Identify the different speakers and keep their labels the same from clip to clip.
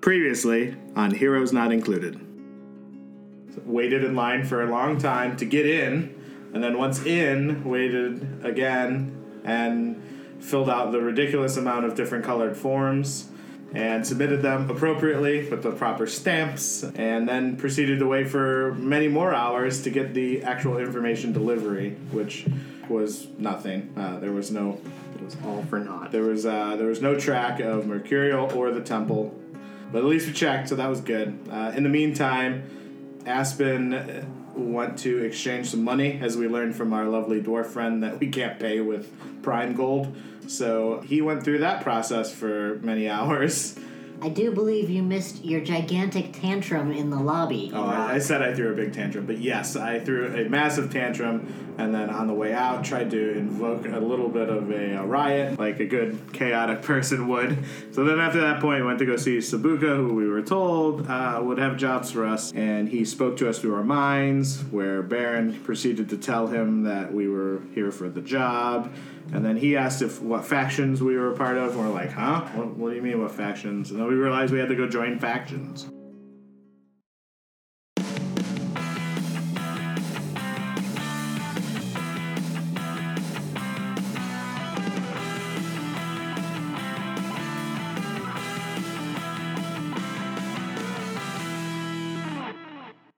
Speaker 1: Previously on Heroes Not Included. Waited in line for a long time to get in, and then once in, waited again and filled out the ridiculous amount of different colored forms and submitted them appropriately with the proper stamps, and then proceeded to wait for many more hours to get the actual information delivery, which was nothing. Uh, there was no. It was all for naught. There was uh, there was no track of Mercurial or the temple but at least we checked, so that was good. Uh, in the meantime, Aspen uh, went to exchange some money, as we learned from our lovely dwarf friend that we can't pay with prime gold. So he went through that process for many hours.
Speaker 2: I do believe you missed your gigantic tantrum in the lobby.
Speaker 1: Oh, I, I said I threw a big tantrum, but yes, I threw a massive tantrum, and then on the way out tried to invoke a little bit of a, uh, riot, like a good chaotic person would. So then after that point, went to go see Sabuka, who we were told uh, would have jobs for us, and he spoke to us through our minds, where Baron proceeded to tell him that we were here for the job. And then he asked if what factions we were a part of, and we're like, huh? What, what do you mean, what factions? And then we realized we had to go join factions.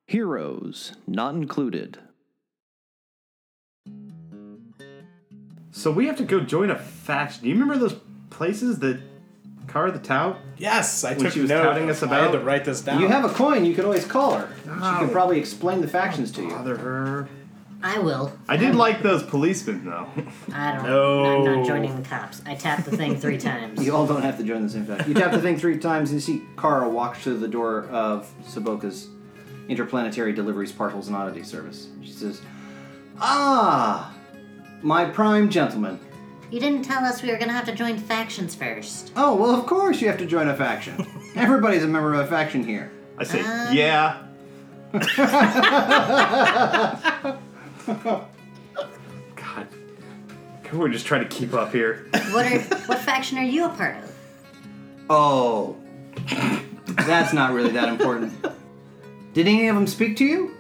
Speaker 3: Heroes Not Included.
Speaker 4: So we have to go join a faction. Do you remember those places that Car the Tout?
Speaker 1: Yes, I
Speaker 4: When
Speaker 1: took
Speaker 4: she was
Speaker 1: note.
Speaker 4: touting us
Speaker 1: I had
Speaker 4: about-
Speaker 1: to write this down.
Speaker 5: You have a coin. You can always call her. She
Speaker 4: Oh.
Speaker 5: can probably explain the factions to you.
Speaker 4: Bother her.
Speaker 2: I will.
Speaker 4: I did like those policemen though.
Speaker 2: I don't.
Speaker 1: No.
Speaker 2: I'm not joining the cops. I tapped the thing three times.
Speaker 5: You all don't have to join the same faction. You tap the thing three times, and you see Kara walk through the door of Saboka's Interplanetary Deliveries Parcels and Oddity Service. She says, "Ah, my prime gentleman.
Speaker 2: You didn't tell us we were gonna have to join factions first.
Speaker 5: Oh well, of course you have to join a faction. Everybody's a member of a faction here.
Speaker 4: I say, yeah. God, we're just trying to keep up here.
Speaker 2: What are what faction are you a part of?
Speaker 5: Oh, that's not really that important. Did any of them speak to you?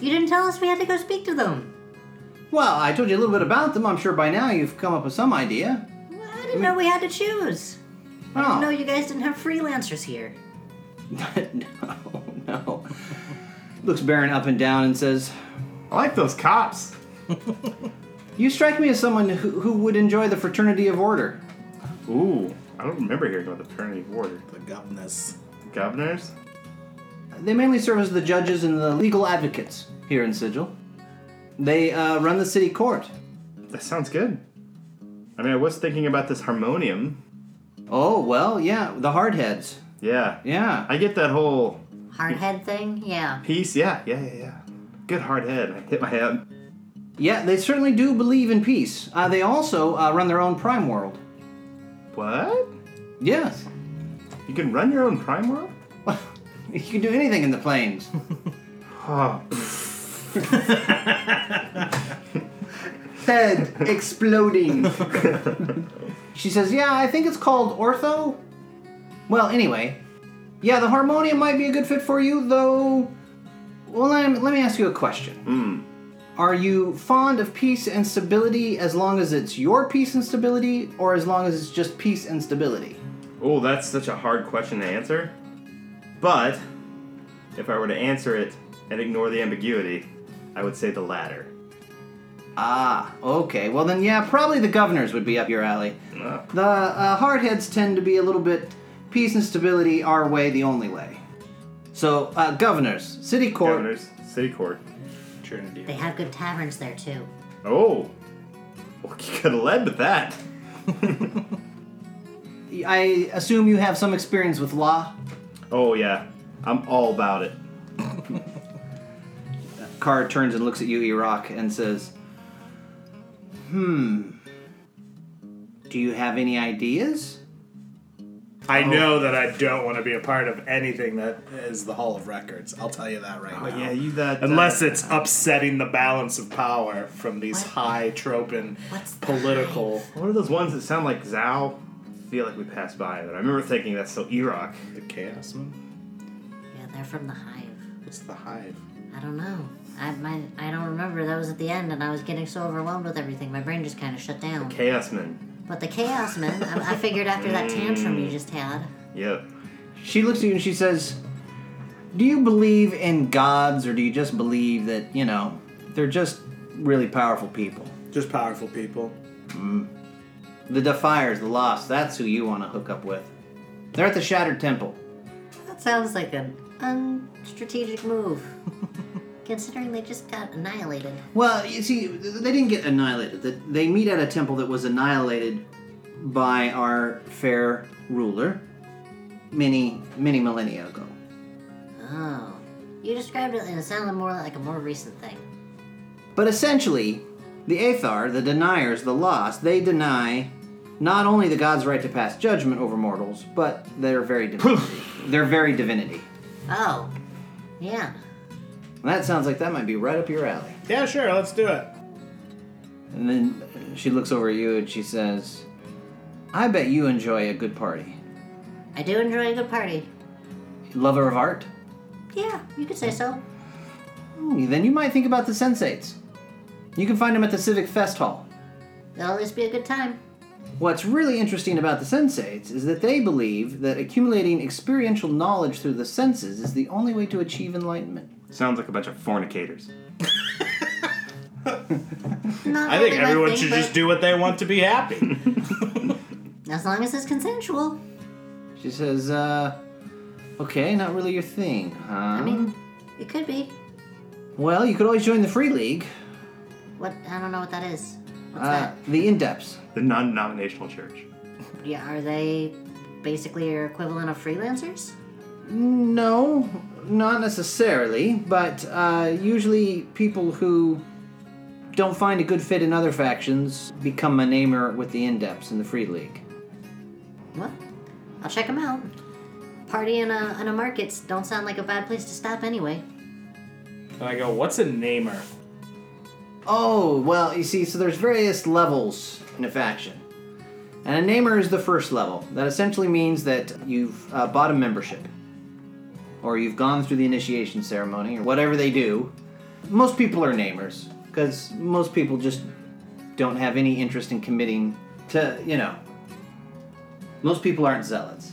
Speaker 2: You didn't tell us we had to go speak to them.
Speaker 5: Well, I told you a little bit about them. I'm sure by now you've come up with some idea.
Speaker 2: Well, I didn't know we had to choose. I
Speaker 5: Oh.
Speaker 2: didn't know you guys didn't have freelancers here.
Speaker 5: no, no. Looks Baron up and down and says,
Speaker 4: I like those cops.
Speaker 5: You strike me as someone who, who would enjoy the Fraternity of Order.
Speaker 4: Ooh, I don't remember hearing about the Trinity Ward.
Speaker 1: the governess.
Speaker 4: Governors?
Speaker 5: They mainly serve as the judges and the legal advocates here in Sigil. They uh, run the city court.
Speaker 4: That sounds good. I mean, I was thinking about this harmonium.
Speaker 5: Oh, well, yeah, the hardheads.
Speaker 4: Yeah.
Speaker 5: Yeah.
Speaker 4: I get that whole
Speaker 2: Hardhead thing? Yeah.
Speaker 4: piece. Yeah, yeah, yeah, yeah. Good hard head. I hit my head.
Speaker 5: Yeah, they certainly do believe in peace. Uh, they also uh, run their own prime world.
Speaker 4: What?
Speaker 5: Yes.
Speaker 4: You can run your own Prime World?
Speaker 5: You can do anything in the plains.
Speaker 4: Oh,
Speaker 5: head exploding. she says, Yeah, I think it's called ortho. Well, anyway, yeah, the harmonium might be a good fit for you, though. Well, let me, let me ask you a question. Are you fond of peace and stability as long as it's your peace and stability, or as long as it's just peace and stability?
Speaker 4: Oh, that's such a hard question to answer. But if I were to answer it and ignore the ambiguity, I would say the latter.
Speaker 5: Ah, okay. Well, then, yeah, probably the governors would be up your alley.
Speaker 4: Uh,
Speaker 5: The uh, hardheads tend to be a little bit peace and stability our way, the only way. So, uh, governors, city court.
Speaker 4: governors, city court.
Speaker 1: Trinity.
Speaker 2: They have good taverns there too.
Speaker 4: Oh, well, you could have led with that.
Speaker 5: I assume you have some experience with law.
Speaker 4: Oh yeah, I'm all about it.
Speaker 5: Car turns and looks at you, Iraq, and says, "Hmm. Do you have any ideas?"
Speaker 6: I know that I don't want to be a part of anything that is the Hall of Records. I'll tell Oh, you that uh, right now.
Speaker 4: yeah, you that.
Speaker 6: Unless it's upsetting the balance of power from these high tropin
Speaker 2: What's the
Speaker 6: political.
Speaker 4: What are those ones that sound like Zao? I feel like we passed by, but I remember thinking that's still Iraq.
Speaker 6: The chaos one?
Speaker 2: Yeah, they're from the hive.
Speaker 6: What's the hive?
Speaker 2: I don't know. I my, I don't remember. That was at the end, and I was getting so overwhelmed with everything. My brain just kind of shut down.
Speaker 4: Chaos Men.
Speaker 2: But the chaos man, I, I figured after that tantrum you just had.
Speaker 4: Yep.
Speaker 5: She looks at you and she says, "Do you believe in gods, or do you just believe that you know they're just really powerful people?
Speaker 1: Just powerful people.
Speaker 5: The Defiers, the Lost—that's who you want to hook up with. They're at the Shattered Temple."
Speaker 2: That sounds like an unstrategic move, considering they just got annihilated.
Speaker 5: Well, you see, they didn't get annihilated. The- They meet at a temple that was annihilated by our fair ruler many, many millennia ago.
Speaker 2: Oh, you described it, and it sounded more like a more recent thing.
Speaker 5: But essentially, the Athar, the deniers, the lost, they deny not only the god's right to pass judgment over mortals, but their very divinity. their very divinity.
Speaker 2: Oh, yeah.
Speaker 5: And that sounds like that might be right up your alley.
Speaker 6: Yeah, sure, let's do it.
Speaker 5: And then she looks over at you and she says, I bet you enjoy a good party.
Speaker 2: I do enjoy a good party.
Speaker 5: Lover of art?
Speaker 2: Yeah, you could say so.
Speaker 5: Hmm, then you might think about the sensates. You can find them at the Civic Fest Hall.
Speaker 2: It'll always be a good time.
Speaker 5: What's really interesting about the sensates is that they believe that accumulating experiential knowledge through the senses is the only way to achieve enlightenment.
Speaker 4: Sounds like a bunch of fornicators.
Speaker 2: Not
Speaker 6: I think
Speaker 2: really my
Speaker 6: everyone
Speaker 2: thing,
Speaker 6: should
Speaker 2: but
Speaker 6: just do what they want to be happy.
Speaker 2: As long as it's consensual.
Speaker 5: She says, uh, okay, not really your thing, huh?
Speaker 2: I mean, it could be.
Speaker 5: well, you could always join the Free League,
Speaker 2: What? I don't know what that is. What's
Speaker 5: uh,
Speaker 2: that?
Speaker 5: the in depths.
Speaker 4: The non denominational church.
Speaker 2: Yeah, are they basically your equivalent of freelancers?
Speaker 5: No, not necessarily, but uh, usually people who don't find a good fit in other factions become a namer with the in-depths in the Free League.
Speaker 2: Well, I'll check them out. Party in a, in a markets don't sound like a bad place to stop anyway.
Speaker 6: and I go, what's a namer?
Speaker 5: Oh, well, you see, so there's various levels in a faction. And a namer is the first level. That essentially means that you've uh, bought a membership, or you've gone through the initiation ceremony, or whatever they do. Most people are namers, because most people just don't have any interest in committing to, you know. Most people aren't zealots.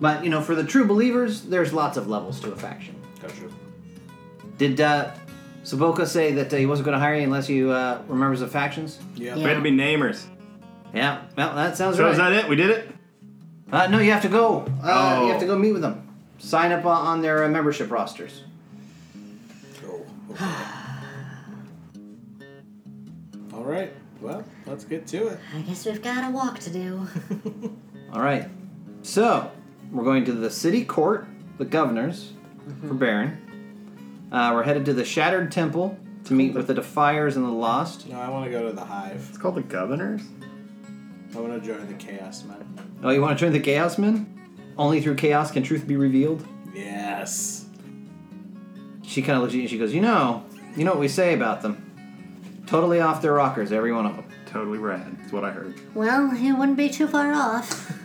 Speaker 5: But, you know, for the true believers, there's lots of levels to a faction.
Speaker 6: Gotcha.
Speaker 5: Did uh, Saboka say that uh, he wasn't going to hire you unless you uh, remembers the factions?
Speaker 6: Yeah.
Speaker 4: We had to be namers.
Speaker 5: Yeah, well, that sounds
Speaker 4: So
Speaker 5: right.
Speaker 4: is that it? We did it?
Speaker 5: uh, no, you have to go. Uh,
Speaker 4: Oh.
Speaker 5: You have to go meet with them. Sign up uh, on their uh, membership rosters.
Speaker 6: Oh, All right. Well, let's get to it.
Speaker 2: I guess we've got a walk to do.
Speaker 5: All right. So we're going to the city court, the governor's for Baron. Uh, we're headed to the Shattered Temple to meet with the Defiers and the Lost.
Speaker 6: No, I want to go to the hive.
Speaker 4: It's called the Governors?
Speaker 6: I want to join the chaos men.
Speaker 5: Oh, you want to join the Chaos Men? Only through chaos can truth be revealed.
Speaker 6: Yes.
Speaker 5: She kind of looks at you and she goes, "You know, you know what we say about them. Totally off their rockers, every one of them."
Speaker 4: Totally rad. That's what I heard.
Speaker 2: well, it wouldn't be too far off.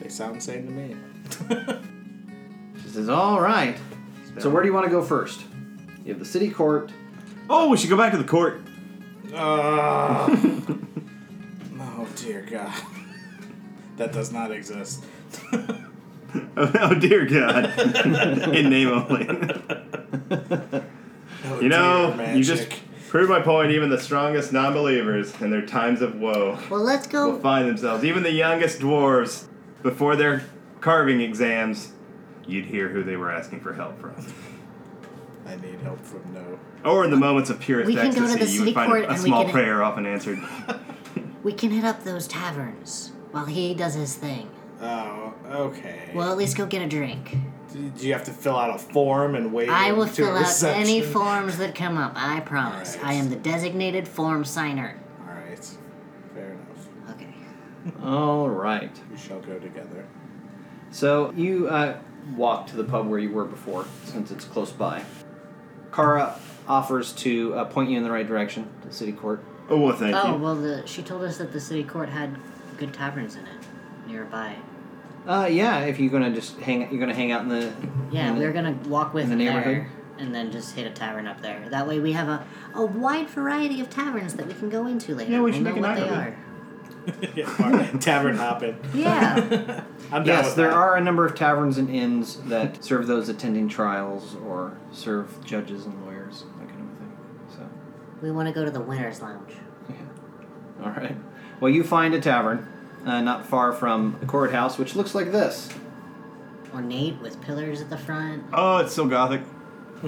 Speaker 6: They sound sane to me.
Speaker 5: She says, "All right. So where do you want to go first? You have the city court.
Speaker 4: Oh, we should go back to the court.
Speaker 6: Oh. oh dear God. That does not exist.
Speaker 4: Oh, oh, dear God. In name only.
Speaker 6: Oh,
Speaker 4: you know,
Speaker 6: dear
Speaker 4: you
Speaker 6: magic.
Speaker 4: just proved my point. Even the strongest non believers in their times of woe
Speaker 2: Well, let's
Speaker 4: will
Speaker 2: go.
Speaker 4: find themselves, even the youngest dwarves, before their carving exams, you'd hear who they were asking for help from.
Speaker 6: I need help from no.
Speaker 4: Or in the moments of purest
Speaker 2: We can go to
Speaker 4: ecstasy,
Speaker 2: the
Speaker 4: you
Speaker 2: city
Speaker 4: would find
Speaker 2: court
Speaker 4: a
Speaker 2: and we
Speaker 4: small
Speaker 2: can-
Speaker 4: prayer often answered.
Speaker 2: We can hit up those taverns while he does his thing.
Speaker 6: Oh, okay.
Speaker 2: We'll at least go get a drink.
Speaker 6: Do you have to fill out a form and wait?
Speaker 2: I will
Speaker 6: to a
Speaker 2: fill out any
Speaker 6: reception?
Speaker 2: forms that come up, I promise. I am the designated form signer.
Speaker 6: All right, fair enough.
Speaker 2: Okay.
Speaker 5: All right.
Speaker 6: We shall go together.
Speaker 5: So you uh, walk to the pub where you were before, since it's close by. Kara offers to uh, point you in the right direction to city court.
Speaker 4: Oh, well, thank
Speaker 2: Oh,
Speaker 4: you.
Speaker 2: well, the, she told us that the city court had good taverns in it nearby.
Speaker 5: Uh, yeah, if you're gonna just hang, you're gonna hang out in the.
Speaker 4: Mm-hmm.
Speaker 2: Yeah,
Speaker 5: in the-
Speaker 2: we are gonna walk with
Speaker 5: in the
Speaker 2: them
Speaker 5: neighborhood?
Speaker 2: there and then just hit a tavern up there. That way we have a, a wide variety of taverns that we can go into later.
Speaker 4: Yeah, we
Speaker 2: We'll
Speaker 4: should
Speaker 2: know
Speaker 4: make an
Speaker 2: what
Speaker 4: night
Speaker 2: they
Speaker 4: of
Speaker 2: are.
Speaker 4: it.
Speaker 6: Yeah, bar- tavern hopping.
Speaker 2: Yeah.
Speaker 6: I'm down
Speaker 5: Yes,
Speaker 6: with
Speaker 5: there
Speaker 6: that.
Speaker 5: are a number of taverns and inns that serve those attending trials or serve judges and lawyers, that kind of thing. So,
Speaker 2: we want to go to the winner's lounge.
Speaker 5: yeah. All right. Well, you find a tavern uh, not far from the courthouse, which looks like this.
Speaker 2: Ornate with pillars at the front.
Speaker 4: Oh, it's so gothic.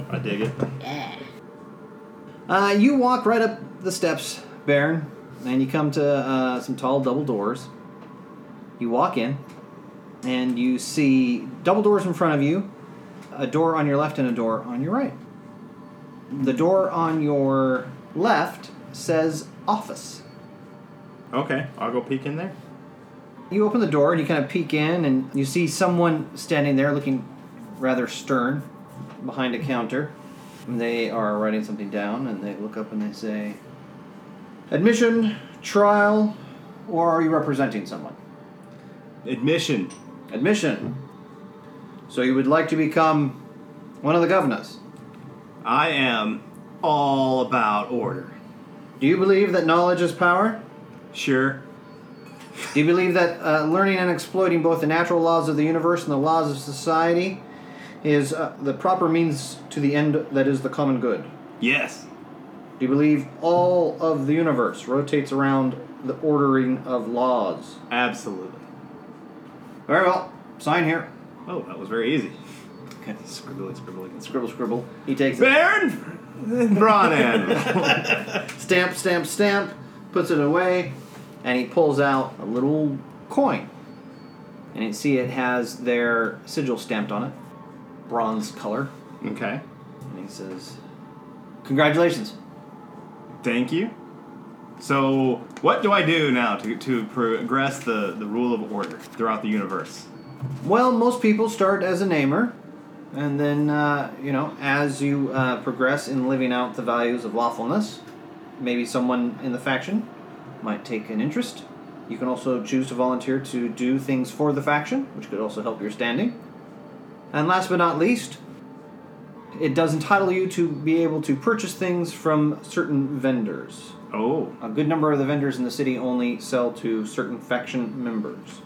Speaker 4: I dig it.
Speaker 2: Yeah.
Speaker 5: Uh, you walk right up the steps, Baron, and you come to uh, some tall double doors. You walk in, and you see double doors in front of you, a door on your left and a door on your right. The door on your left says office.
Speaker 4: Okay, I'll go peek in there.
Speaker 5: You open the door and you kind of peek in, and you see someone standing there looking rather stern behind a counter. And they are writing something down, and they look up and they say, Admission, trial, or are you representing someone?
Speaker 4: Admission.
Speaker 5: Admission. So you would like to become one of the governors.
Speaker 4: I am all about order.
Speaker 5: Do you believe that knowledge is power?
Speaker 4: Sure.
Speaker 5: Do you believe that uh, learning and exploiting both the natural laws of the universe and the laws of society is uh, the proper means to the end that is the common good?
Speaker 4: Yes.
Speaker 5: Do you believe all of the universe rotates around the ordering of laws?
Speaker 4: Absolutely.
Speaker 5: Very well. Sign here.
Speaker 4: Oh, that was very easy. Okay, scribbling, scribbling, scribbling.
Speaker 5: Scribble, scribble. He takes it.
Speaker 4: Baron Bronan.
Speaker 5: Stamp, stamp, stamp. Puts it away, and he pulls out a little coin. And you see it has their sigil stamped on it, bronze color.
Speaker 4: okay.
Speaker 5: And he says, Congratulations.
Speaker 4: Thank you. So, what do I do now to, to progress the, the rule of order throughout the universe?
Speaker 5: Well, most people start as a namer, and then, uh, you know, as you uh, progress in living out the values of lawfulness, maybe someone in the faction might take an interest. You can also choose to volunteer to do things for the faction, which could also help your standing. And last but not least, it does entitle you to be able to purchase things from certain vendors.
Speaker 4: Oh,
Speaker 5: A good number of the vendors in the city only sell to certain faction members.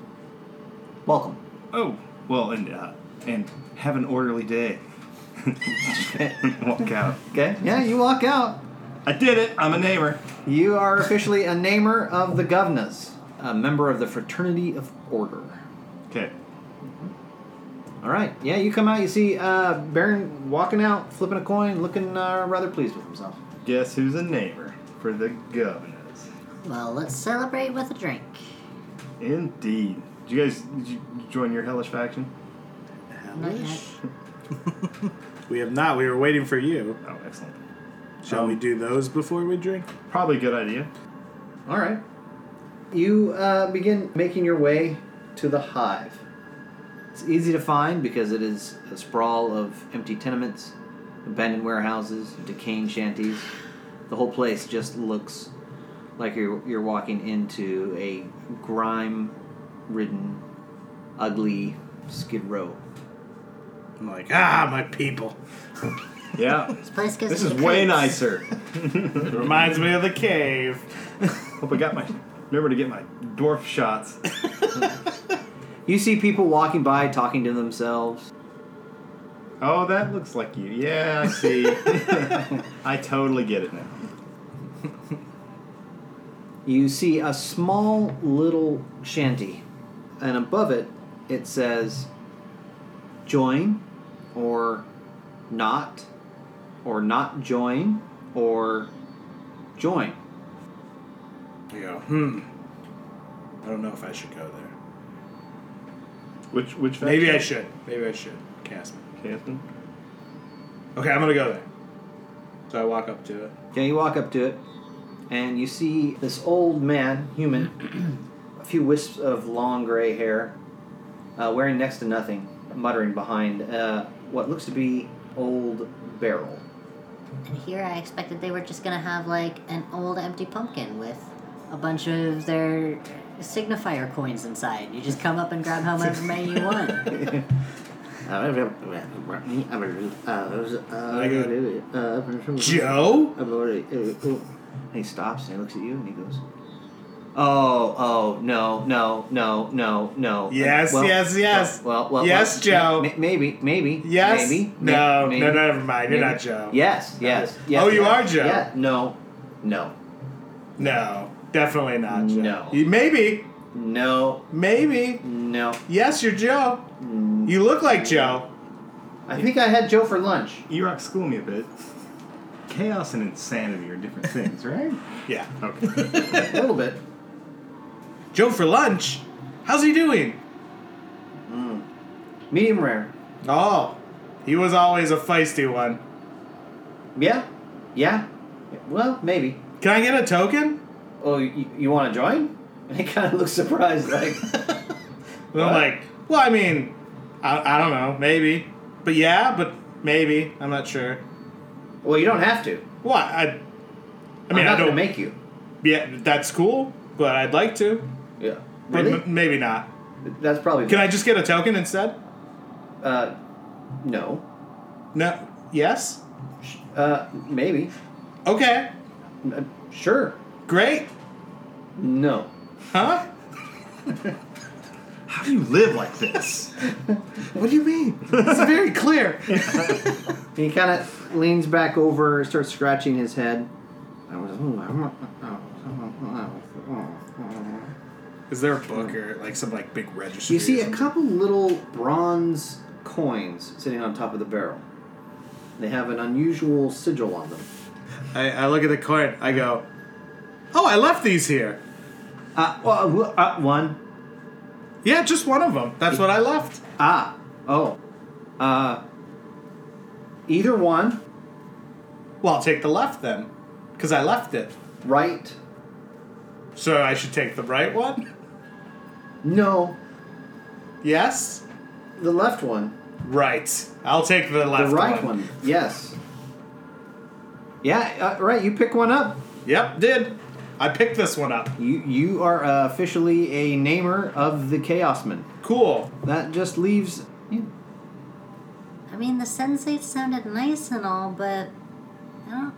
Speaker 5: Welcome.
Speaker 4: oh, well, and uh, and have an orderly day. Walk out.
Speaker 5: Okay. Yeah, you walk out.
Speaker 4: I did it. I'm a neighbor.
Speaker 5: You are officially a namer of the Govnas, a member of the Fraternity of Order.
Speaker 4: Okay.
Speaker 5: All right. Yeah, you come out. You see uh, Baron walking out, flipping a coin, looking uh, rather pleased with himself.
Speaker 4: Guess who's a neighbor for the governors?
Speaker 2: Well, let's celebrate with a drink.
Speaker 4: Indeed. Did you guys did you join your hellish faction?
Speaker 2: Not yet.
Speaker 6: We have not. We were waiting for you.
Speaker 4: Oh, excellent.
Speaker 6: Shall we do those before we drink?
Speaker 4: Probably a good idea.
Speaker 5: All right. You uh, begin making your way to the hive. It's easy to find because it is a sprawl of empty tenements, abandoned warehouses, decaying shanties. The whole place just looks like you're, you're walking into a grime ridden, ugly skid row.
Speaker 6: I'm like, ah, my people.
Speaker 4: Yeah.
Speaker 2: This place gives
Speaker 4: this
Speaker 2: me
Speaker 4: is way
Speaker 2: creeps.
Speaker 4: nicer.
Speaker 6: It reminds me of the cave.
Speaker 4: Hope I got my remember to get my dwarf shots.
Speaker 5: You see people walking by talking to themselves.
Speaker 4: Oh, that looks like you. Yeah, I see. I totally get it now.
Speaker 5: you see a small little shanty, and above it it says join or not or not join or join.
Speaker 6: I go, hmm. I don't know if I should go there.
Speaker 4: Which which
Speaker 6: Maybe I should. Maybe I should cast it.
Speaker 4: Canton?
Speaker 6: Okay, I'm gonna go there. So I walk up to it.
Speaker 5: Yeah, you walk up to it, and you see this old man, human, a few wisps of long gray hair, uh, wearing next to nothing, muttering behind uh, what looks to be old barrel.
Speaker 2: And here I expected they were just gonna have like an old empty pumpkin with a bunch of their signifier coins inside. You just come up and grab however many you want.
Speaker 5: uh,
Speaker 6: I go, Joe?
Speaker 5: And he stops and he looks at you and he goes, "Oh, oh, no, no, no, no, no."
Speaker 6: Yes,
Speaker 5: Well,
Speaker 6: yes, yes.
Speaker 5: Well, well, well,
Speaker 6: Yes, Joe.
Speaker 5: ma- maybe, maybe.
Speaker 6: Yes.
Speaker 5: Maybe. may-
Speaker 6: No, no,
Speaker 5: maybe.
Speaker 6: no, never mind. You're not Joe.
Speaker 5: Yes, yes, yes.
Speaker 6: Oh, you
Speaker 5: yes,
Speaker 6: are Joe.
Speaker 5: Yeah. No, no,
Speaker 6: No, definitely not Joe.
Speaker 5: No.
Speaker 6: You- Maybe,
Speaker 5: no,
Speaker 6: maybe.
Speaker 5: no.
Speaker 6: Yes, you're Joe.
Speaker 5: Mm.
Speaker 6: You look like Joe.
Speaker 5: I think I had Joe for lunch.
Speaker 4: You rock school me a bit. Chaos and insanity are different things, right?
Speaker 6: Yeah.
Speaker 4: Okay.
Speaker 5: A little bit.
Speaker 6: Joe for lunch. How's he doing?
Speaker 5: Medium rare.
Speaker 6: Oh, he was always a feisty one.
Speaker 5: Yeah, yeah. Well, maybe.
Speaker 6: Can I get a token?
Speaker 5: Oh, you, you want to join? And he kind of looks surprised, like,
Speaker 6: And I'm
Speaker 5: What?
Speaker 6: like, well, I mean, I, I don't know, maybe. But yeah, but maybe. I'm not sure.
Speaker 5: "Well, you don't have to.
Speaker 6: What? I, I mean,
Speaker 5: am not
Speaker 6: I
Speaker 5: gonna
Speaker 6: don't.
Speaker 5: make you."
Speaker 6: yeah, that's cool, but I'd like to.
Speaker 5: Yeah.
Speaker 6: But
Speaker 5: Really?
Speaker 6: m- maybe not.
Speaker 5: That's probably.
Speaker 6: Can I just get a token instead?
Speaker 5: Uh, no.
Speaker 6: No. Yes?
Speaker 5: Uh, maybe.
Speaker 6: Okay.
Speaker 5: Uh, sure.
Speaker 6: Great.
Speaker 5: No.
Speaker 6: Huh?
Speaker 4: How do you live like this?
Speaker 5: What do you mean?
Speaker 6: It's very clear.
Speaker 5: he kind of leans back over, starts scratching his head. I was- ooh, I'm not- oh, oh, oh, oh, oh.
Speaker 6: Is there a book or like some like big register?
Speaker 5: You see
Speaker 6: or
Speaker 5: a
Speaker 6: something?
Speaker 5: couple little bronze coins sitting on top of the barrel. They have an unusual sigil on them.
Speaker 6: I, I look at the coin. I go, oh, I left these here.
Speaker 5: Uh, well, uh, one.
Speaker 6: Yeah, just one of them. That's what I left.
Speaker 5: Ah. Oh. Uh, either one,
Speaker 6: Well, I'll take the left then, because I left it.
Speaker 5: right,
Speaker 6: So I should take the right one?
Speaker 5: no,
Speaker 6: Yes?
Speaker 5: the left one.
Speaker 6: Right. I'll take the left
Speaker 5: the right one. Yes. Yeah, uh, right. You pick one up.
Speaker 6: Yep, did. I picked this one up.
Speaker 5: You you are uh, officially a namer of the Chaosman.
Speaker 6: Cool.
Speaker 5: That just leaves. You.
Speaker 2: I mean, the sensei sounded nice and all, but I don't,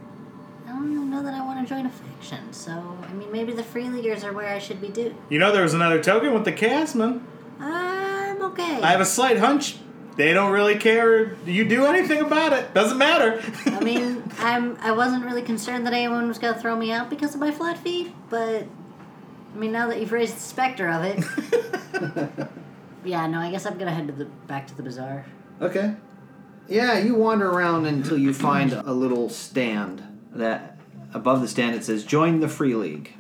Speaker 2: I don't know that I want to join a faction. So, I mean, maybe the free leaguers are where I should be due.
Speaker 6: You know, there was another token with the Casman.
Speaker 2: I'm okay.
Speaker 6: I have a slight hunch. They don't really care. You do anything about it. Doesn't matter.
Speaker 2: I mean, I'm I wasn't really concerned that anyone was gonna throw me out because of my flat feet, but I mean, now that you've raised the specter of it, yeah, no, I guess I'm gonna head to the back to the bazaar.
Speaker 5: Okay. Yeah, you wander around until you find a little stand that above the stand it says "Join the Free League."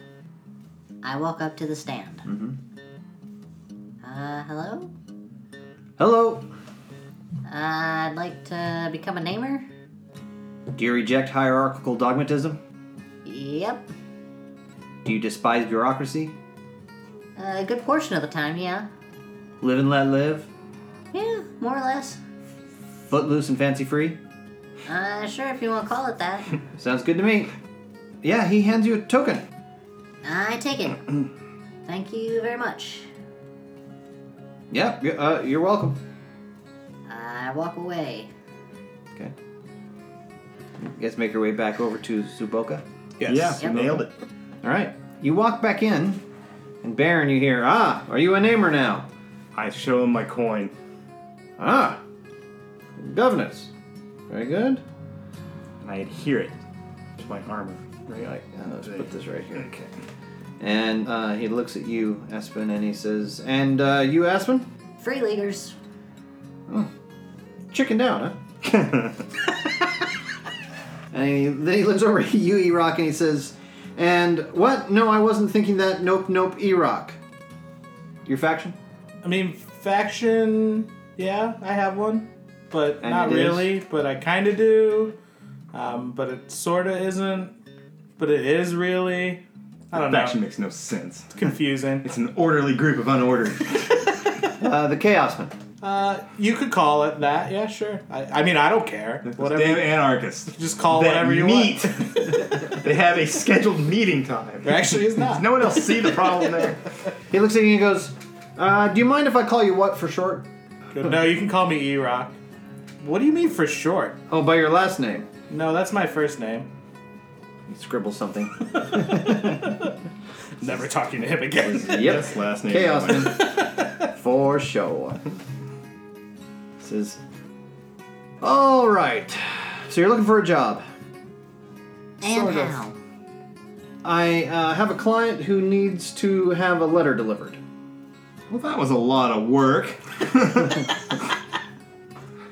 Speaker 2: I walk up to the stand.
Speaker 1: Mm-hmm.
Speaker 2: Uh, hello.
Speaker 5: Hello.
Speaker 2: Uh, I'd like to become a namer.
Speaker 5: Do you reject hierarchical dogmatism?
Speaker 2: Yep.
Speaker 5: Do you despise bureaucracy?
Speaker 2: A good portion of the time, yeah.
Speaker 5: Live and let live.
Speaker 2: Yeah, more or less.
Speaker 5: Footloose and fancy free.
Speaker 2: Uh, sure, if you want to call it that.
Speaker 5: Sounds good to me. Yeah, he hands you a token.
Speaker 2: I take it. Thank you very much.
Speaker 5: Yeah, you're, uh, you're welcome.
Speaker 2: I walk away.
Speaker 5: Okay. You guys make your way back over to Zuboka.
Speaker 4: Yeah,
Speaker 2: Yep.
Speaker 4: nailed it.
Speaker 5: All right. You walk back in, and Baron, you hear, ah, are you a namer now?
Speaker 4: I show him my coin.
Speaker 5: Ah, governance. Very good.
Speaker 4: and I adhere it to my armor. Right? Like,
Speaker 5: Uh, let's put this right here. Okay. And uh, he looks at you, Aspen, and he says, and uh, you, Aspen?
Speaker 2: Free leaguers.
Speaker 5: Chicken down, huh? And he, then he looks over at you, E Rock, and he says, And what? No, I wasn't thinking that. Nope, nope, E Rock. Your faction?
Speaker 1: I mean, faction. Yeah, I have one, but
Speaker 5: And
Speaker 1: not
Speaker 5: it is?
Speaker 1: really. But I kind of do. Um, but it sort of isn't. But it is really. I don't
Speaker 4: That actually
Speaker 1: know.
Speaker 4: makes no sense.
Speaker 1: It's confusing.
Speaker 4: It's an orderly group of unordered.
Speaker 5: Uh, the Chaos Man.
Speaker 1: Uh, you could call it that. Yeah, sure. I, I mean, I don't care. Whatever.
Speaker 4: Damn anarchists.
Speaker 1: Just call
Speaker 4: that
Speaker 1: whatever you
Speaker 4: meet.
Speaker 1: want.
Speaker 4: they have a scheduled meeting time.
Speaker 1: There actually is not.
Speaker 4: Does no one else see the problem there?
Speaker 5: He looks at you and he goes, uh, "Do you mind if I call you what for short?"
Speaker 1: No, you can call me E Rock. What do you mean for short?
Speaker 5: Oh, by your last name.
Speaker 1: No, that's my first name.
Speaker 5: He scribbles something.
Speaker 1: Never talking to him again.
Speaker 5: yep.
Speaker 4: Yes, last name.
Speaker 5: Chaos Man. for sure. Says, "All right. So you're looking for a job.
Speaker 2: And how?
Speaker 5: I uh, have a client who needs to have a letter delivered.
Speaker 4: Well, that was a lot of work.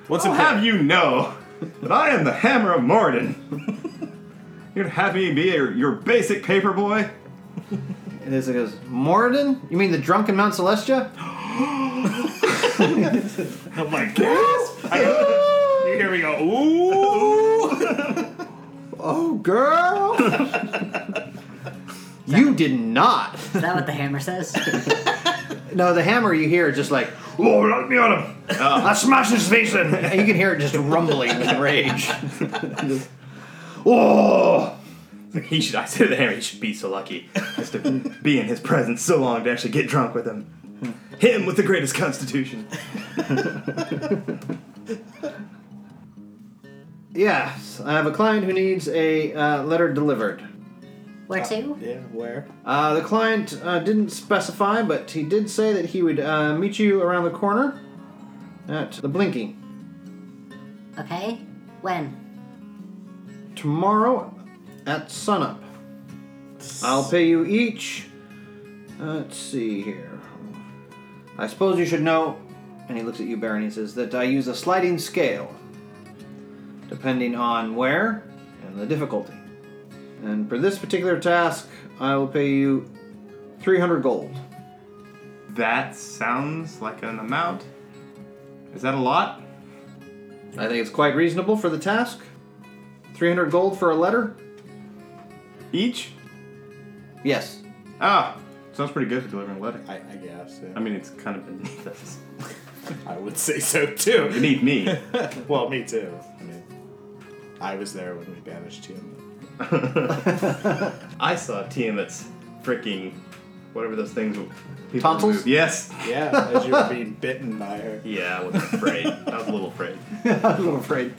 Speaker 1: What's
Speaker 4: I'll
Speaker 1: important?
Speaker 4: have you know that I am the Hammer of Morden. You'd have me be your, your basic paper boy?
Speaker 5: And this guy goes, Moradin? You mean the drunken Mount Celestia?
Speaker 1: I'm like, gasp! I go, you hear me go, ooh!
Speaker 5: Oh, girl! you did not.
Speaker 2: Is that what the hammer says?
Speaker 5: No, the hammer you hear is just like, Oh.
Speaker 4: Whoa, lock Oh, me on him! I smash his face in!
Speaker 5: and you can hear it just rumbling in rage.
Speaker 4: Oh! He should, I said to the hammer, he should be so lucky just to be in his presence so long to actually get drunk with him. Him with the greatest constitution.
Speaker 5: Yes, I have a client who needs a uh, letter delivered.
Speaker 2: Where to?
Speaker 1: yeah, where?
Speaker 5: Uh, the client uh, didn't specify, but he did say that he would uh, meet you around the corner at the Blinky
Speaker 2: Okay. When?
Speaker 5: tomorrow at sunup. I'll pay you each. uh, Let's see here. I suppose you should know. And he looks at you, Baron. He says that I use a sliding scale, depending on where and the difficulty. And for this particular task, I will pay you 300 gold.
Speaker 4: That sounds like an amount. Is that a lot?
Speaker 5: I think it's quite reasonable for the task. 300 gold for a letter?
Speaker 4: Each?
Speaker 5: Yes.
Speaker 4: Ah, sounds pretty good for delivering a letter.
Speaker 1: I, I guess.
Speaker 4: I mean, it's kind of beneath us.
Speaker 1: I would say so too.
Speaker 4: Beneath me.
Speaker 1: Well, me too. I mean, I was there when we banished him.
Speaker 4: I saw Tiamat's freaking whatever those things were. people
Speaker 5: Tonsils?
Speaker 4: remove. Yes.
Speaker 1: Yeah, as you were being bitten by her.
Speaker 4: Yeah, I was afraid. I was a little afraid.
Speaker 5: I'm a little afraid.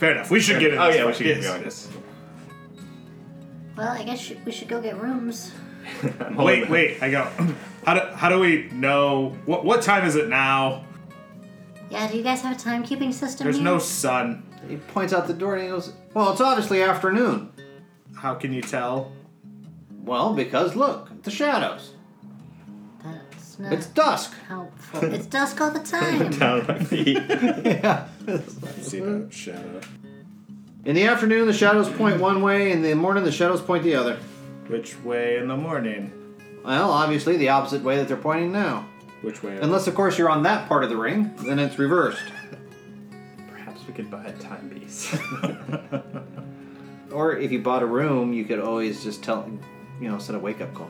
Speaker 1: Fair enough. We should get in.
Speaker 4: Oh,
Speaker 1: this
Speaker 4: yeah, we
Speaker 1: fight.
Speaker 4: should get
Speaker 1: Yes,
Speaker 4: going.
Speaker 1: yes.
Speaker 2: Well, I guess sh- we should go get rooms.
Speaker 4: I'm
Speaker 1: Wait,
Speaker 4: holding-
Speaker 1: wait. I go. How do how do we know what what time is it now?
Speaker 2: Yeah, do you guys have a timekeeping system
Speaker 1: There's
Speaker 2: here?
Speaker 1: no sun.
Speaker 5: He points out the door and he goes, Well, it's obviously afternoon.
Speaker 1: How can you tell?
Speaker 5: Well, because look, the shadows.
Speaker 2: That's not
Speaker 5: It's dusk.
Speaker 2: helpful. it's dusk all the time.
Speaker 4: Down on my feet.
Speaker 5: Yeah.
Speaker 1: See
Speaker 4: Mm-hmm.
Speaker 1: no shadow.
Speaker 5: In the afternoon, the shadows point one way, in the morning, the shadows point the other.
Speaker 1: Which way in the morning?
Speaker 5: Well, obviously, the opposite way that they're pointing now.
Speaker 1: Which way?
Speaker 5: Unless, of course, you're on that part of the ring, then it's reversed.
Speaker 4: Perhaps we could buy a time piece.
Speaker 1: Mm.
Speaker 5: Or if you bought a room, you could always just tell, you know, set a wake up call.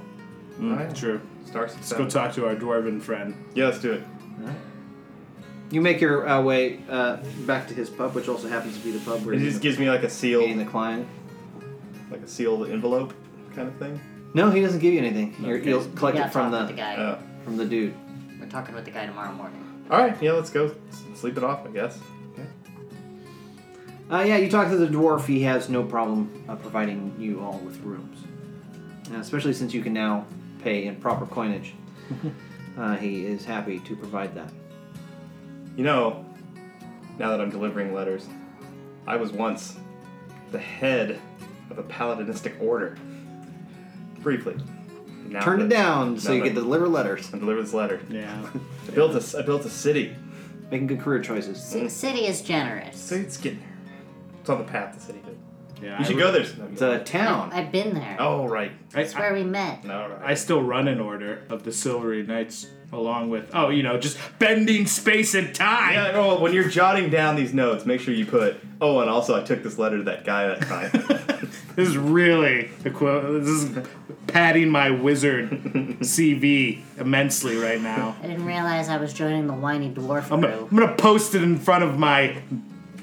Speaker 1: Mm, True.
Speaker 4: Starts
Speaker 1: Let's go talk to our dwarven friend.
Speaker 4: Yeah, let's do it.
Speaker 5: You make your uh, way uh, back to his pub, which also happens to be the pub where
Speaker 4: It
Speaker 5: he's
Speaker 4: just gives me like
Speaker 5: meeting
Speaker 4: a
Speaker 5: the
Speaker 4: sealed,
Speaker 5: client.
Speaker 4: like a sealed envelope kind of thing.
Speaker 5: No, he doesn't give you anything. You're, You'll collect
Speaker 2: We
Speaker 5: it
Speaker 2: gotta
Speaker 5: from
Speaker 2: talk
Speaker 5: the,
Speaker 2: with the guy.
Speaker 4: Uh,
Speaker 5: from the dude.
Speaker 2: We're talking with the guy tomorrow morning.
Speaker 4: all right, yeah, let's go. S- Sleep it off, I guess.
Speaker 5: Uh, yeah, you talk to the dwarf. He has no problem uh, providing you all with rooms, uh, especially since you can now pay in proper coinage. uh, he is happy to provide that.
Speaker 4: You know, now that I'm delivering letters, I was once the head of a paladinistic order. Briefly. Now
Speaker 5: Turn it
Speaker 4: that-
Speaker 5: down so
Speaker 4: now
Speaker 5: you
Speaker 4: that
Speaker 5: can deliver letters.
Speaker 4: I deliver this letter.
Speaker 1: Yeah.
Speaker 4: I built a, s- I built a city.
Speaker 5: Making good career choices.
Speaker 2: C- city is generous.
Speaker 4: So it's getting there. It's on the path to cityhood.
Speaker 6: Yeah,
Speaker 4: You
Speaker 6: I
Speaker 4: should
Speaker 6: re-
Speaker 4: go there. sometime.
Speaker 5: The town.
Speaker 2: I've been there.
Speaker 4: Oh right.
Speaker 2: That's where we met.
Speaker 4: All
Speaker 6: I
Speaker 4: right.
Speaker 6: still run an order of the Silvery Knights along with, oh, you know, just bending space and time.
Speaker 4: Yeah, well, when you're jotting down these notes, make sure you put. Oh, and also, I took this letter to that guy that time.
Speaker 6: This is really the qu- This is padding my wizard CV immensely right now.
Speaker 2: I didn't realize I was joining the whiny dwarf
Speaker 6: I'm gonna,
Speaker 2: crew.
Speaker 6: I'm gonna post it in front of my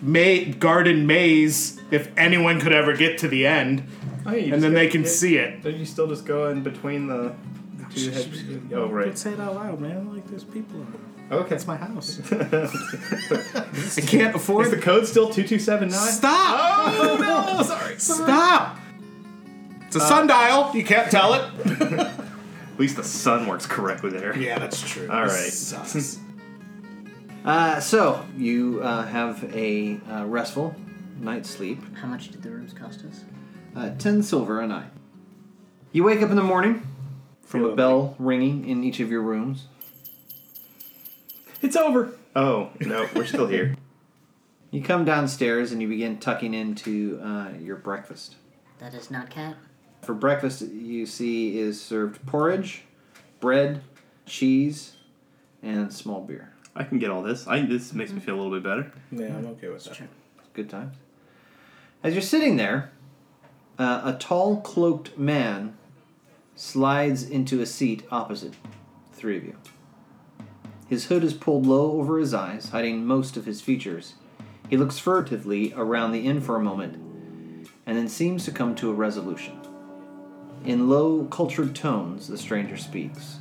Speaker 6: ma- garden maze if anyone could ever get to the end,
Speaker 4: Oh,
Speaker 6: and then they can see it.
Speaker 4: Don't you still just go in between the two heads? Oh,
Speaker 6: Don't
Speaker 4: right.
Speaker 6: say it out loud, man. Like there's people. around.
Speaker 4: Okay.
Speaker 6: It's my house.
Speaker 4: Is
Speaker 6: I can't afford.
Speaker 4: the code still 2279?
Speaker 6: Stop!
Speaker 4: Oh, no! Sorry.
Speaker 6: Stop! It's a sundial. You can't tell it.
Speaker 4: At least the sun works correctly there.
Speaker 6: Yeah, that's true.
Speaker 4: All
Speaker 6: This
Speaker 4: right.
Speaker 6: sucks.
Speaker 5: Uh, so, you uh, have a uh, restful night's sleep.
Speaker 2: How much did the rooms cost us?
Speaker 5: Uh, 10 silver a night. You wake up in the morning from a bell ringing in each of your rooms.
Speaker 4: It's over. Oh, no, we're still here.
Speaker 5: You come downstairs and you begin tucking into uh, your breakfast.
Speaker 2: That is not cat.
Speaker 5: For breakfast, you see is served porridge, bread, cheese, and small beer.
Speaker 4: I can get all this. I This makes me feel a little bit better.
Speaker 6: Yeah, I'm okay with that.
Speaker 5: Good times. As you're sitting there, uh, a tall, cloaked man slides into a seat opposite the three of you. His hood is pulled low over his eyes, hiding most of his features. He looks furtively around the inn for a moment, and then seems to come to a resolution. In low, cultured tones, the stranger speaks.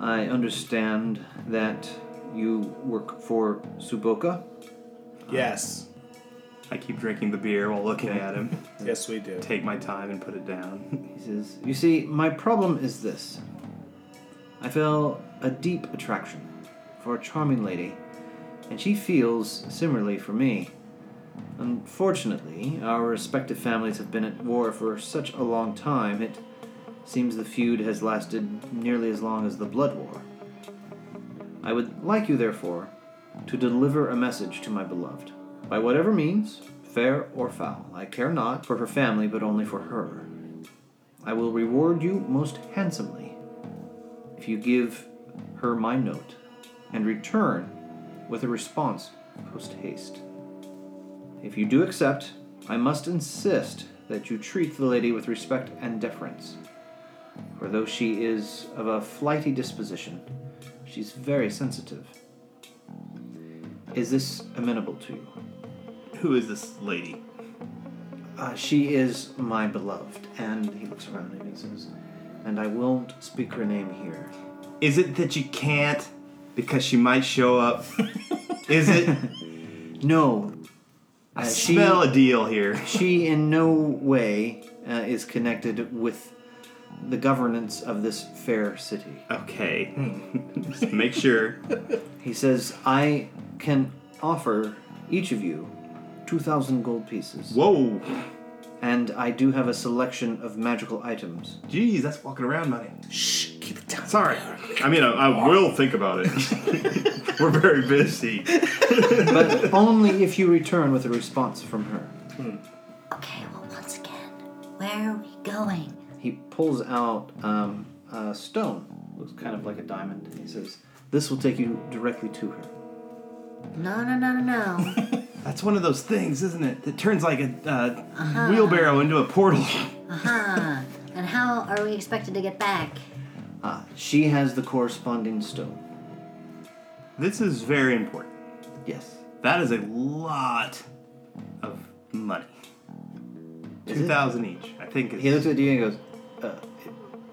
Speaker 5: I understand that you work for Suboka.
Speaker 6: Yes.
Speaker 4: I keep drinking the beer while looking at him.
Speaker 6: Yes, we do.
Speaker 4: Take my time and put it down.
Speaker 5: He says, You see, my problem is this. I feel a deep attraction for a charming lady, and she feels similarly for me. Unfortunately, our respective families have been at war for such a long time, it seems the feud has lasted nearly as long as the Blood War. I would like you, therefore, to deliver a message to my beloved. By whatever means, fair or foul, I care not for her family, but only for her. I will reward you most handsomely if you give her my note and return with a response post haste. If you do accept, I must insist that you treat the lady with respect and deference. For though she is of a flighty disposition, she's very sensitive. Is this amenable to you?
Speaker 4: Who is this lady?
Speaker 5: Uh, she is my beloved. And he looks around and he says, And I won't speak her name here.
Speaker 4: Is it that you can't because she might show up? Is it?
Speaker 5: No. Uh, she,
Speaker 4: Smell a deal here.
Speaker 5: she in no way uh, is connected with the governance of this fair city.
Speaker 4: Okay. Just
Speaker 6: Hmm.
Speaker 4: make sure.
Speaker 5: He says, I can offer each of you 2,000 gold pieces.
Speaker 4: Whoa.
Speaker 5: And I do have a selection of magical items.
Speaker 4: Jeez, that's walking around money. Shh, keep it down. Sorry. I mean, I, I will think about it. We're very busy.
Speaker 5: but only if you return with a response from her.
Speaker 2: Okay, well, once again, where are we going?
Speaker 5: he pulls out um, a stone. Looks kind of like a diamond. He says, "This will take you directly to her."
Speaker 2: No, no, no, no, no.
Speaker 4: That's one of those things, isn't it? That turns like a uh,
Speaker 6: Uh-huh.
Speaker 4: wheelbarrow into a portal.
Speaker 2: huh. Uh-huh. And how are we expected to get back?
Speaker 5: Ah, she has the corresponding stone.
Speaker 4: This is very important.
Speaker 5: Yes.
Speaker 4: That is a lot of money.
Speaker 5: it?
Speaker 4: Two thousand each, I think. Is,
Speaker 5: He looks at you and goes, uh,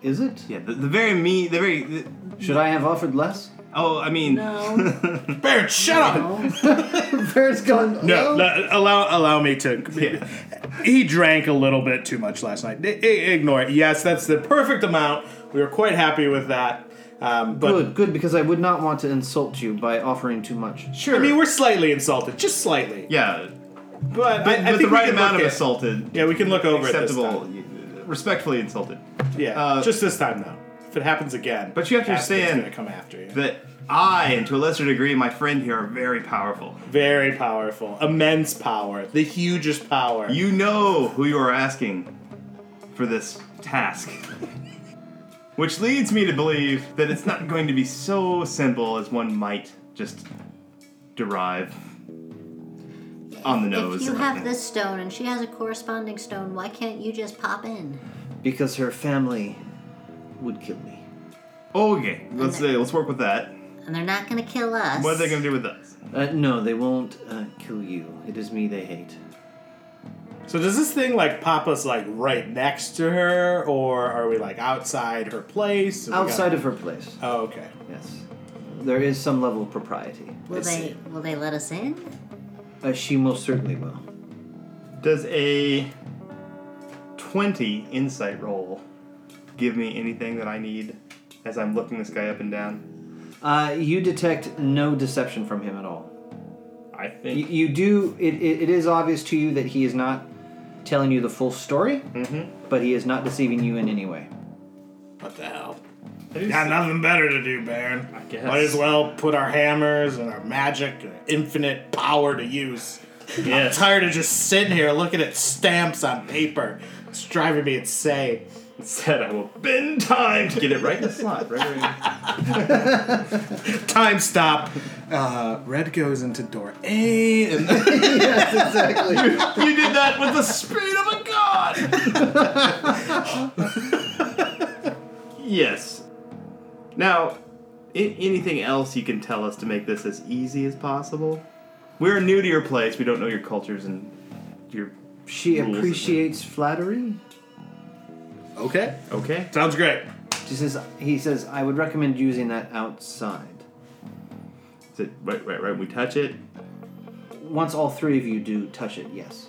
Speaker 5: "Is it?
Speaker 4: yeah, the, the very me, the very. The,
Speaker 5: Should I have offered less?"
Speaker 4: oh, I mean,
Speaker 2: No.
Speaker 6: Barrett, shut up.
Speaker 2: no.
Speaker 5: Bear's gone. "Oh,
Speaker 6: No, no, allow allow me to.
Speaker 4: Yeah.
Speaker 6: He drank a little bit too much last night. I- I- ignore it. Yes, that's the perfect amount. We were quite happy with that. Um, but
Speaker 5: Good, good, because I would not want to insult you by offering too much.
Speaker 4: sure.
Speaker 6: I mean, we're slightly insulted, just slightly.
Speaker 4: yeah,
Speaker 6: But, I, I
Speaker 4: but,
Speaker 6: think
Speaker 4: but the
Speaker 6: we
Speaker 4: right
Speaker 6: can
Speaker 4: amount
Speaker 6: look
Speaker 4: of
Speaker 6: at-
Speaker 4: assaulted.
Speaker 6: Yeah, we can look over it this
Speaker 4: acceptable,
Speaker 6: time.
Speaker 4: respectfully insulted.
Speaker 6: Yeah,
Speaker 4: Uh,
Speaker 6: just this time though.
Speaker 1: if it happens again,
Speaker 4: But you have to
Speaker 1: Aspen's
Speaker 4: understand
Speaker 1: gonna come after you.
Speaker 4: that I, and to a lesser degree, my friend here, are very powerful.
Speaker 1: Very powerful, immense power, the hugest power.
Speaker 4: You know who you are asking for this task. Which leads me to believe that it's not going to be so simple as one might just derive on the nose.
Speaker 2: If you
Speaker 4: or
Speaker 2: have
Speaker 4: anything.
Speaker 2: this stone and she has a corresponding stone, why can't you just pop in?
Speaker 5: Because her family would kill me.
Speaker 4: Okay, let's say let's work with that.
Speaker 2: And they're not gonna kill us.
Speaker 4: What are they gonna do with us?
Speaker 5: Uh, no, they won't uh, kill you. It is me they hate.
Speaker 1: So does this thing like pop us like right next to her, or are we like outside her place?
Speaker 5: Outside of her place.
Speaker 1: Oh, okay.
Speaker 5: Yes. There is some level of propriety.
Speaker 2: Will
Speaker 1: I
Speaker 2: they
Speaker 1: see.
Speaker 2: will they let us in?
Speaker 5: Uh, she most certainly will.
Speaker 4: Does a twenty insight roll give me anything that I need as I'm looking this guy up and down?
Speaker 5: Uh, you detect no deception from him at all.
Speaker 4: I
Speaker 5: You,
Speaker 4: think
Speaker 5: you do. It, it, it is obvious to you that he is not telling you the full story,
Speaker 4: Mm-hmm.
Speaker 5: but he is not deceiving you in any way.
Speaker 1: What the hell?
Speaker 4: I do
Speaker 1: Got nothing better to do, Baron. I
Speaker 4: guess.
Speaker 1: Might as well put our hammers and our magic and our infinite power to use. I'm
Speaker 4: Yes.
Speaker 1: tired of just sitting here looking at stamps on paper. It's driving me insane.
Speaker 4: Said I will bend time to get it right in the slot. Right, right.
Speaker 1: Time stop. Uh, red goes into door A, and then
Speaker 4: You did that with the speed of a god. yes. Now, I- anything else you can tell us to make this as easy as possible? We're new to your place. We don't know your cultures and your.
Speaker 5: She
Speaker 4: Rules of-
Speaker 5: appreciates flattery.
Speaker 1: okay,
Speaker 4: Okay.
Speaker 1: sounds great.
Speaker 5: She says. He says. I would recommend using that outside.
Speaker 4: Is it right? Right? Right? We touch it.
Speaker 5: Once all three of you do touch it, yes.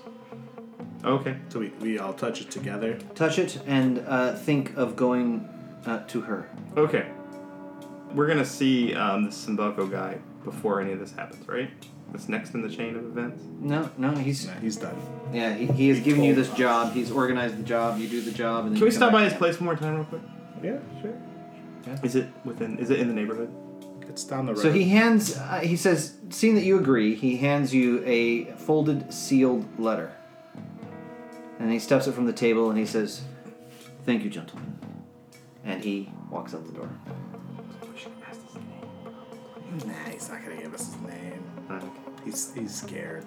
Speaker 4: Okay.
Speaker 1: So we, we all touch it together.
Speaker 5: Touch it and uh, think of going uh, to her.
Speaker 4: Okay. We're gonna see um, the Simboko guy before any of this happens, right? That's next in the chain of events.
Speaker 5: No, no, he's
Speaker 1: He's done.
Speaker 5: yeah. He, he has given you this job. He's organized the job. You do the job. And then
Speaker 4: Can we
Speaker 5: you come
Speaker 4: stop by
Speaker 5: back
Speaker 4: his place one more time, real quick?
Speaker 1: Yeah, sure.
Speaker 4: Is it within? Is it in the neighborhood?
Speaker 1: It's down the road.
Speaker 5: So he hands, uh, he says, seeing that you agree, he hands you a folded, sealed letter. And he stuffs it from the table and he says, Thank you, gentlemen. And he walks out the door.
Speaker 1: Nah, he's not gonna give us his name.
Speaker 4: Okay.
Speaker 1: He's he's scared.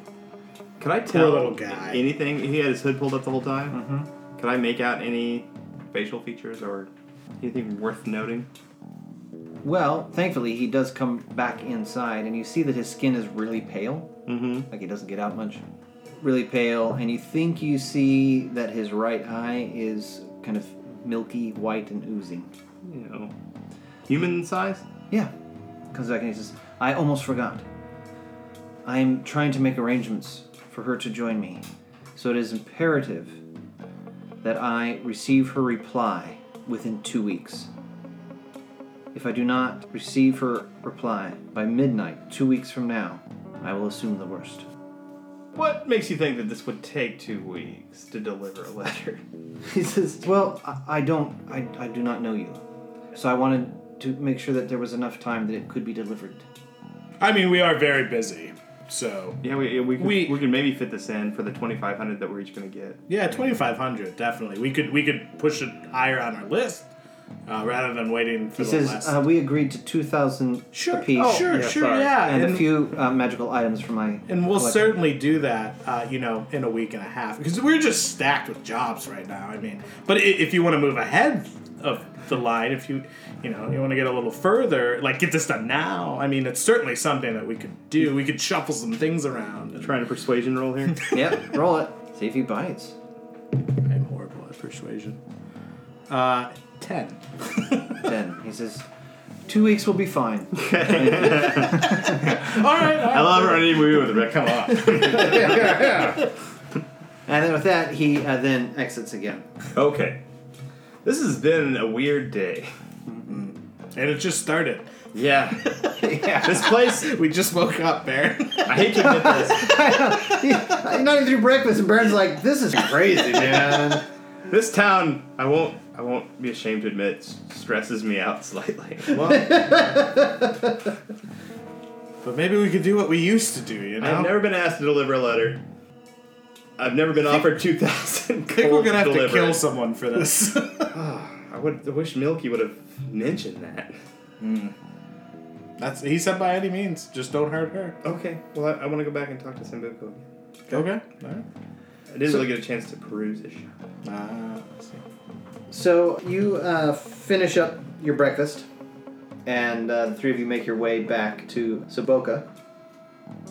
Speaker 4: Can I tell
Speaker 1: little guy.
Speaker 4: anything? He had his hood pulled up the whole time. Mm-hmm. Can I make out any facial features or anything worth noting?
Speaker 5: Well, thankfully, he does come back inside and you see that his skin is really pale. Mm-hmm. Like he doesn't get out much. Really pale. And you think you see that his right eye is kind of milky, white, and oozing.
Speaker 4: You know, human size.
Speaker 5: Yeah. Comes back and he says, I almost forgot. I'm trying to make arrangements for her to join me, so it is imperative that I receive her reply within two weeks. If I do not receive her reply by midnight, two weeks from now, I will assume the worst.
Speaker 4: What makes you think that this would take two weeks to deliver a letter?
Speaker 5: He says, Well, I, I don't, I, I do not know you. So I wanted to make sure that there was enough time that it could be delivered.
Speaker 1: I mean, we are very busy. So
Speaker 4: yeah, we we can, we,
Speaker 1: We-
Speaker 4: can maybe fit this in for the twenty five hundred that we're each gonna get.
Speaker 1: yeah, twenty five hundred definitely. We could we could push it higher on our list uh, rather than waiting for
Speaker 5: He
Speaker 1: the
Speaker 5: says
Speaker 1: last.
Speaker 5: uh, we agreed to two thousand
Speaker 1: sure,
Speaker 5: apiece,
Speaker 1: oh, sure,
Speaker 4: Yeah,
Speaker 1: sure,
Speaker 4: sorry.
Speaker 1: yeah,
Speaker 5: and, a few uh, magical items for my.
Speaker 1: and we'll
Speaker 5: collection.
Speaker 1: certainly do that. Uh, you know, in a week and a half because we're just stacked with jobs right now. I mean, but i- if you want to move ahead of the line, if you you know you want to get a little further, like get this done now. I mean, it's certainly something that we could do. We could shuffle some things around.
Speaker 4: Trying to persuasion roll here.
Speaker 5: Yep, roll it. See if he bites.
Speaker 1: I'm horrible at persuasion. Uh, ten.
Speaker 5: Then he says, two weeks will be fine."
Speaker 1: All right.
Speaker 4: I love running movie with it. Come on.
Speaker 5: and then with that, he uh, then exits again.
Speaker 4: okay. This has been a weird day.
Speaker 1: And it just started.
Speaker 4: Yeah. This place.
Speaker 1: We just woke up, Baron.
Speaker 4: I hate to admit this.
Speaker 5: Not even through breakfast, and Baron's like, "This is crazy, man."
Speaker 4: This town, I won't, I won't be ashamed to admit, s- stresses me out slightly.
Speaker 1: But maybe we could do what we used to do, you know?
Speaker 4: I've never been asked to deliver a letter. I've never been offered two thousand.
Speaker 1: I think we're gonna have to kill someone for this.
Speaker 4: I would I wish Milky would have mentioned that.
Speaker 1: That's he said by any means, just don't hurt her.
Speaker 4: Okay, well I, I want to go back and talk to Sambuko.
Speaker 1: Okay. All right.
Speaker 4: I didn't really get a chance to peruse this.
Speaker 1: Uh, let's see.
Speaker 5: So you uh, finish up your breakfast, and uh, the three of you make your way back to Saboka.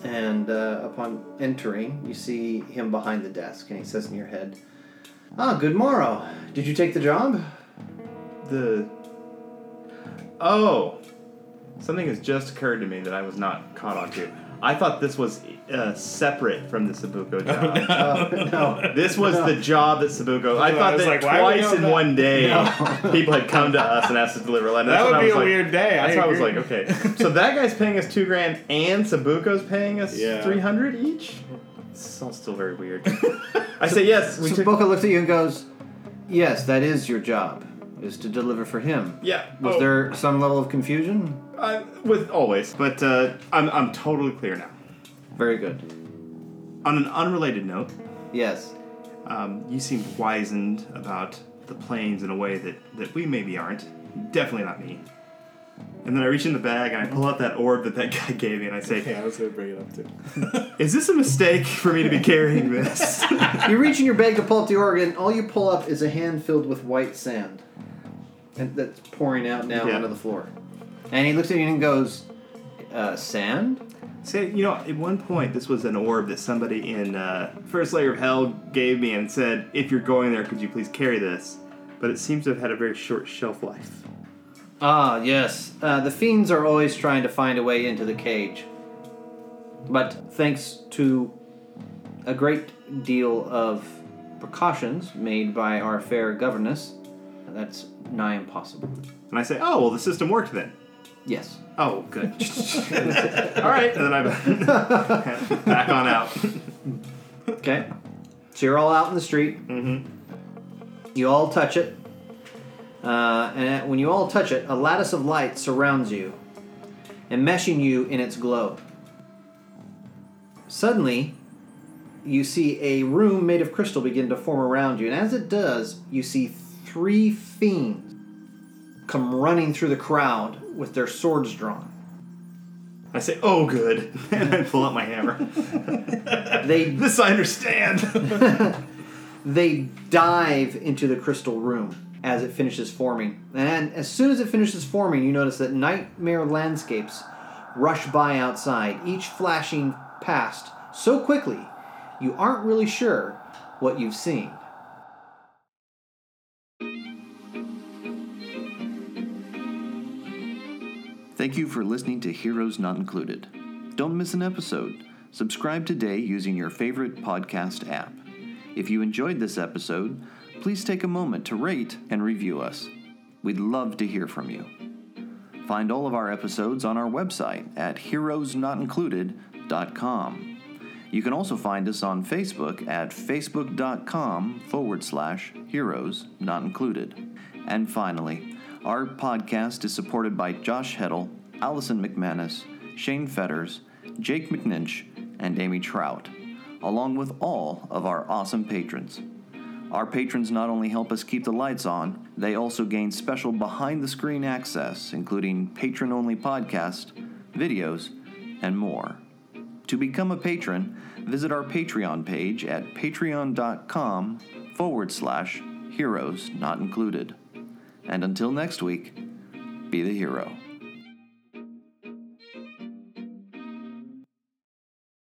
Speaker 5: And uh, upon entering, you see him behind the desk, and he says in your head, "Ah, good morrow. Did you take the job?"
Speaker 4: The oh, something has just occurred to me that I was not caught on to. I thought this was uh, separate from the Sabuko job.
Speaker 5: Uh, no.
Speaker 4: This was the job that Sabuko. I
Speaker 1: I
Speaker 4: thought
Speaker 1: was like,
Speaker 4: that
Speaker 1: why would
Speaker 4: twice
Speaker 1: you
Speaker 4: in
Speaker 1: have
Speaker 4: one day, people had come to us and asked us to deliver a letter. That's
Speaker 1: That
Speaker 4: when
Speaker 1: would
Speaker 4: I
Speaker 1: be
Speaker 4: was
Speaker 1: a
Speaker 4: like-
Speaker 1: weird day.
Speaker 4: That's
Speaker 1: I
Speaker 4: why I was
Speaker 1: agree.
Speaker 4: like, okay, so that guy's paying us two grand, and Sabuko's paying us
Speaker 1: Yeah.
Speaker 4: three hundred each. It's all still very weird. I say yes. We took,
Speaker 5: Saboka looks at you and goes, "Yes, that is your job, is to deliver for him."
Speaker 4: yeah.
Speaker 5: Was
Speaker 4: oh,
Speaker 5: there some level of confusion?
Speaker 4: I, with always, but uh, I'm I'm totally clear now.
Speaker 5: Very good.
Speaker 4: On an unrelated note,
Speaker 5: Yes.
Speaker 4: um, you seem wizened about the planes in a way that, that we maybe aren't. Definitely not me. And then I reach in the bag and I pull out that orb that that guy gave me and I say,
Speaker 1: Yeah, I was gonna bring it up too.
Speaker 4: Is this a mistake for me to be carrying this?
Speaker 5: You reach in your bag to pull up the organ. All you pull up is a hand filled with white sand, and that's pouring out now
Speaker 4: Yeah.
Speaker 5: onto the floor. And he looks at you and goes, uh, "Sand?
Speaker 4: Say, you know, at one point this was an orb that somebody in uh, First Layer of Hell gave me and said, If you're going there, could you please carry this? But it seems to have had a very short shelf life.
Speaker 5: Ah, yes. Uh, the fiends are always trying to find a way into the cage, but thanks to a great deal of precautions made by our fair governess, that's nigh impossible."
Speaker 4: And I say, Oh, well, the system worked then.
Speaker 5: Yes.
Speaker 4: Oh, good. All right. And then I back on out.
Speaker 5: Okay. So you're all out in the street. Mm-hmm. You all touch it. Uh, and when you all touch it, a lattice of light surrounds you, enmeshing you in its glow. Suddenly, you see a room made of crystal begin to form around you, and as it does, you see three fiends come running through the crowd with their swords drawn.
Speaker 4: I say, oh, good. And I pull out my hammer.
Speaker 5: They
Speaker 4: this I understand.
Speaker 5: they dive into the crystal room as it finishes forming. And as soon as it finishes forming, you notice that nightmare landscapes rush by outside, each flashing past so quickly you aren't really sure what you've seen.
Speaker 3: Thank you for listening to Heroes Not Included. Don't miss an episode. Subscribe today using your favorite podcast app. If you enjoyed this episode, please take a moment to rate and review us. We'd love to hear from you. Find all of our episodes on our website at heroesnotincluded.com. You can also find us on Facebook at facebook.com forward slash heroes not included. And finally, our podcast is supported by Josh Heddle, Allison McManus, Shane Fetters, Jake McNinch, and Amy Trout, along with all of our awesome patrons. Our patrons not only help us keep the lights on, they also gain special behind the screen access, including patron only podcasts, videos, and more. To become a patron, visit our Patreon page at patreon.com forward slash heroes not included. And until next week, be the hero.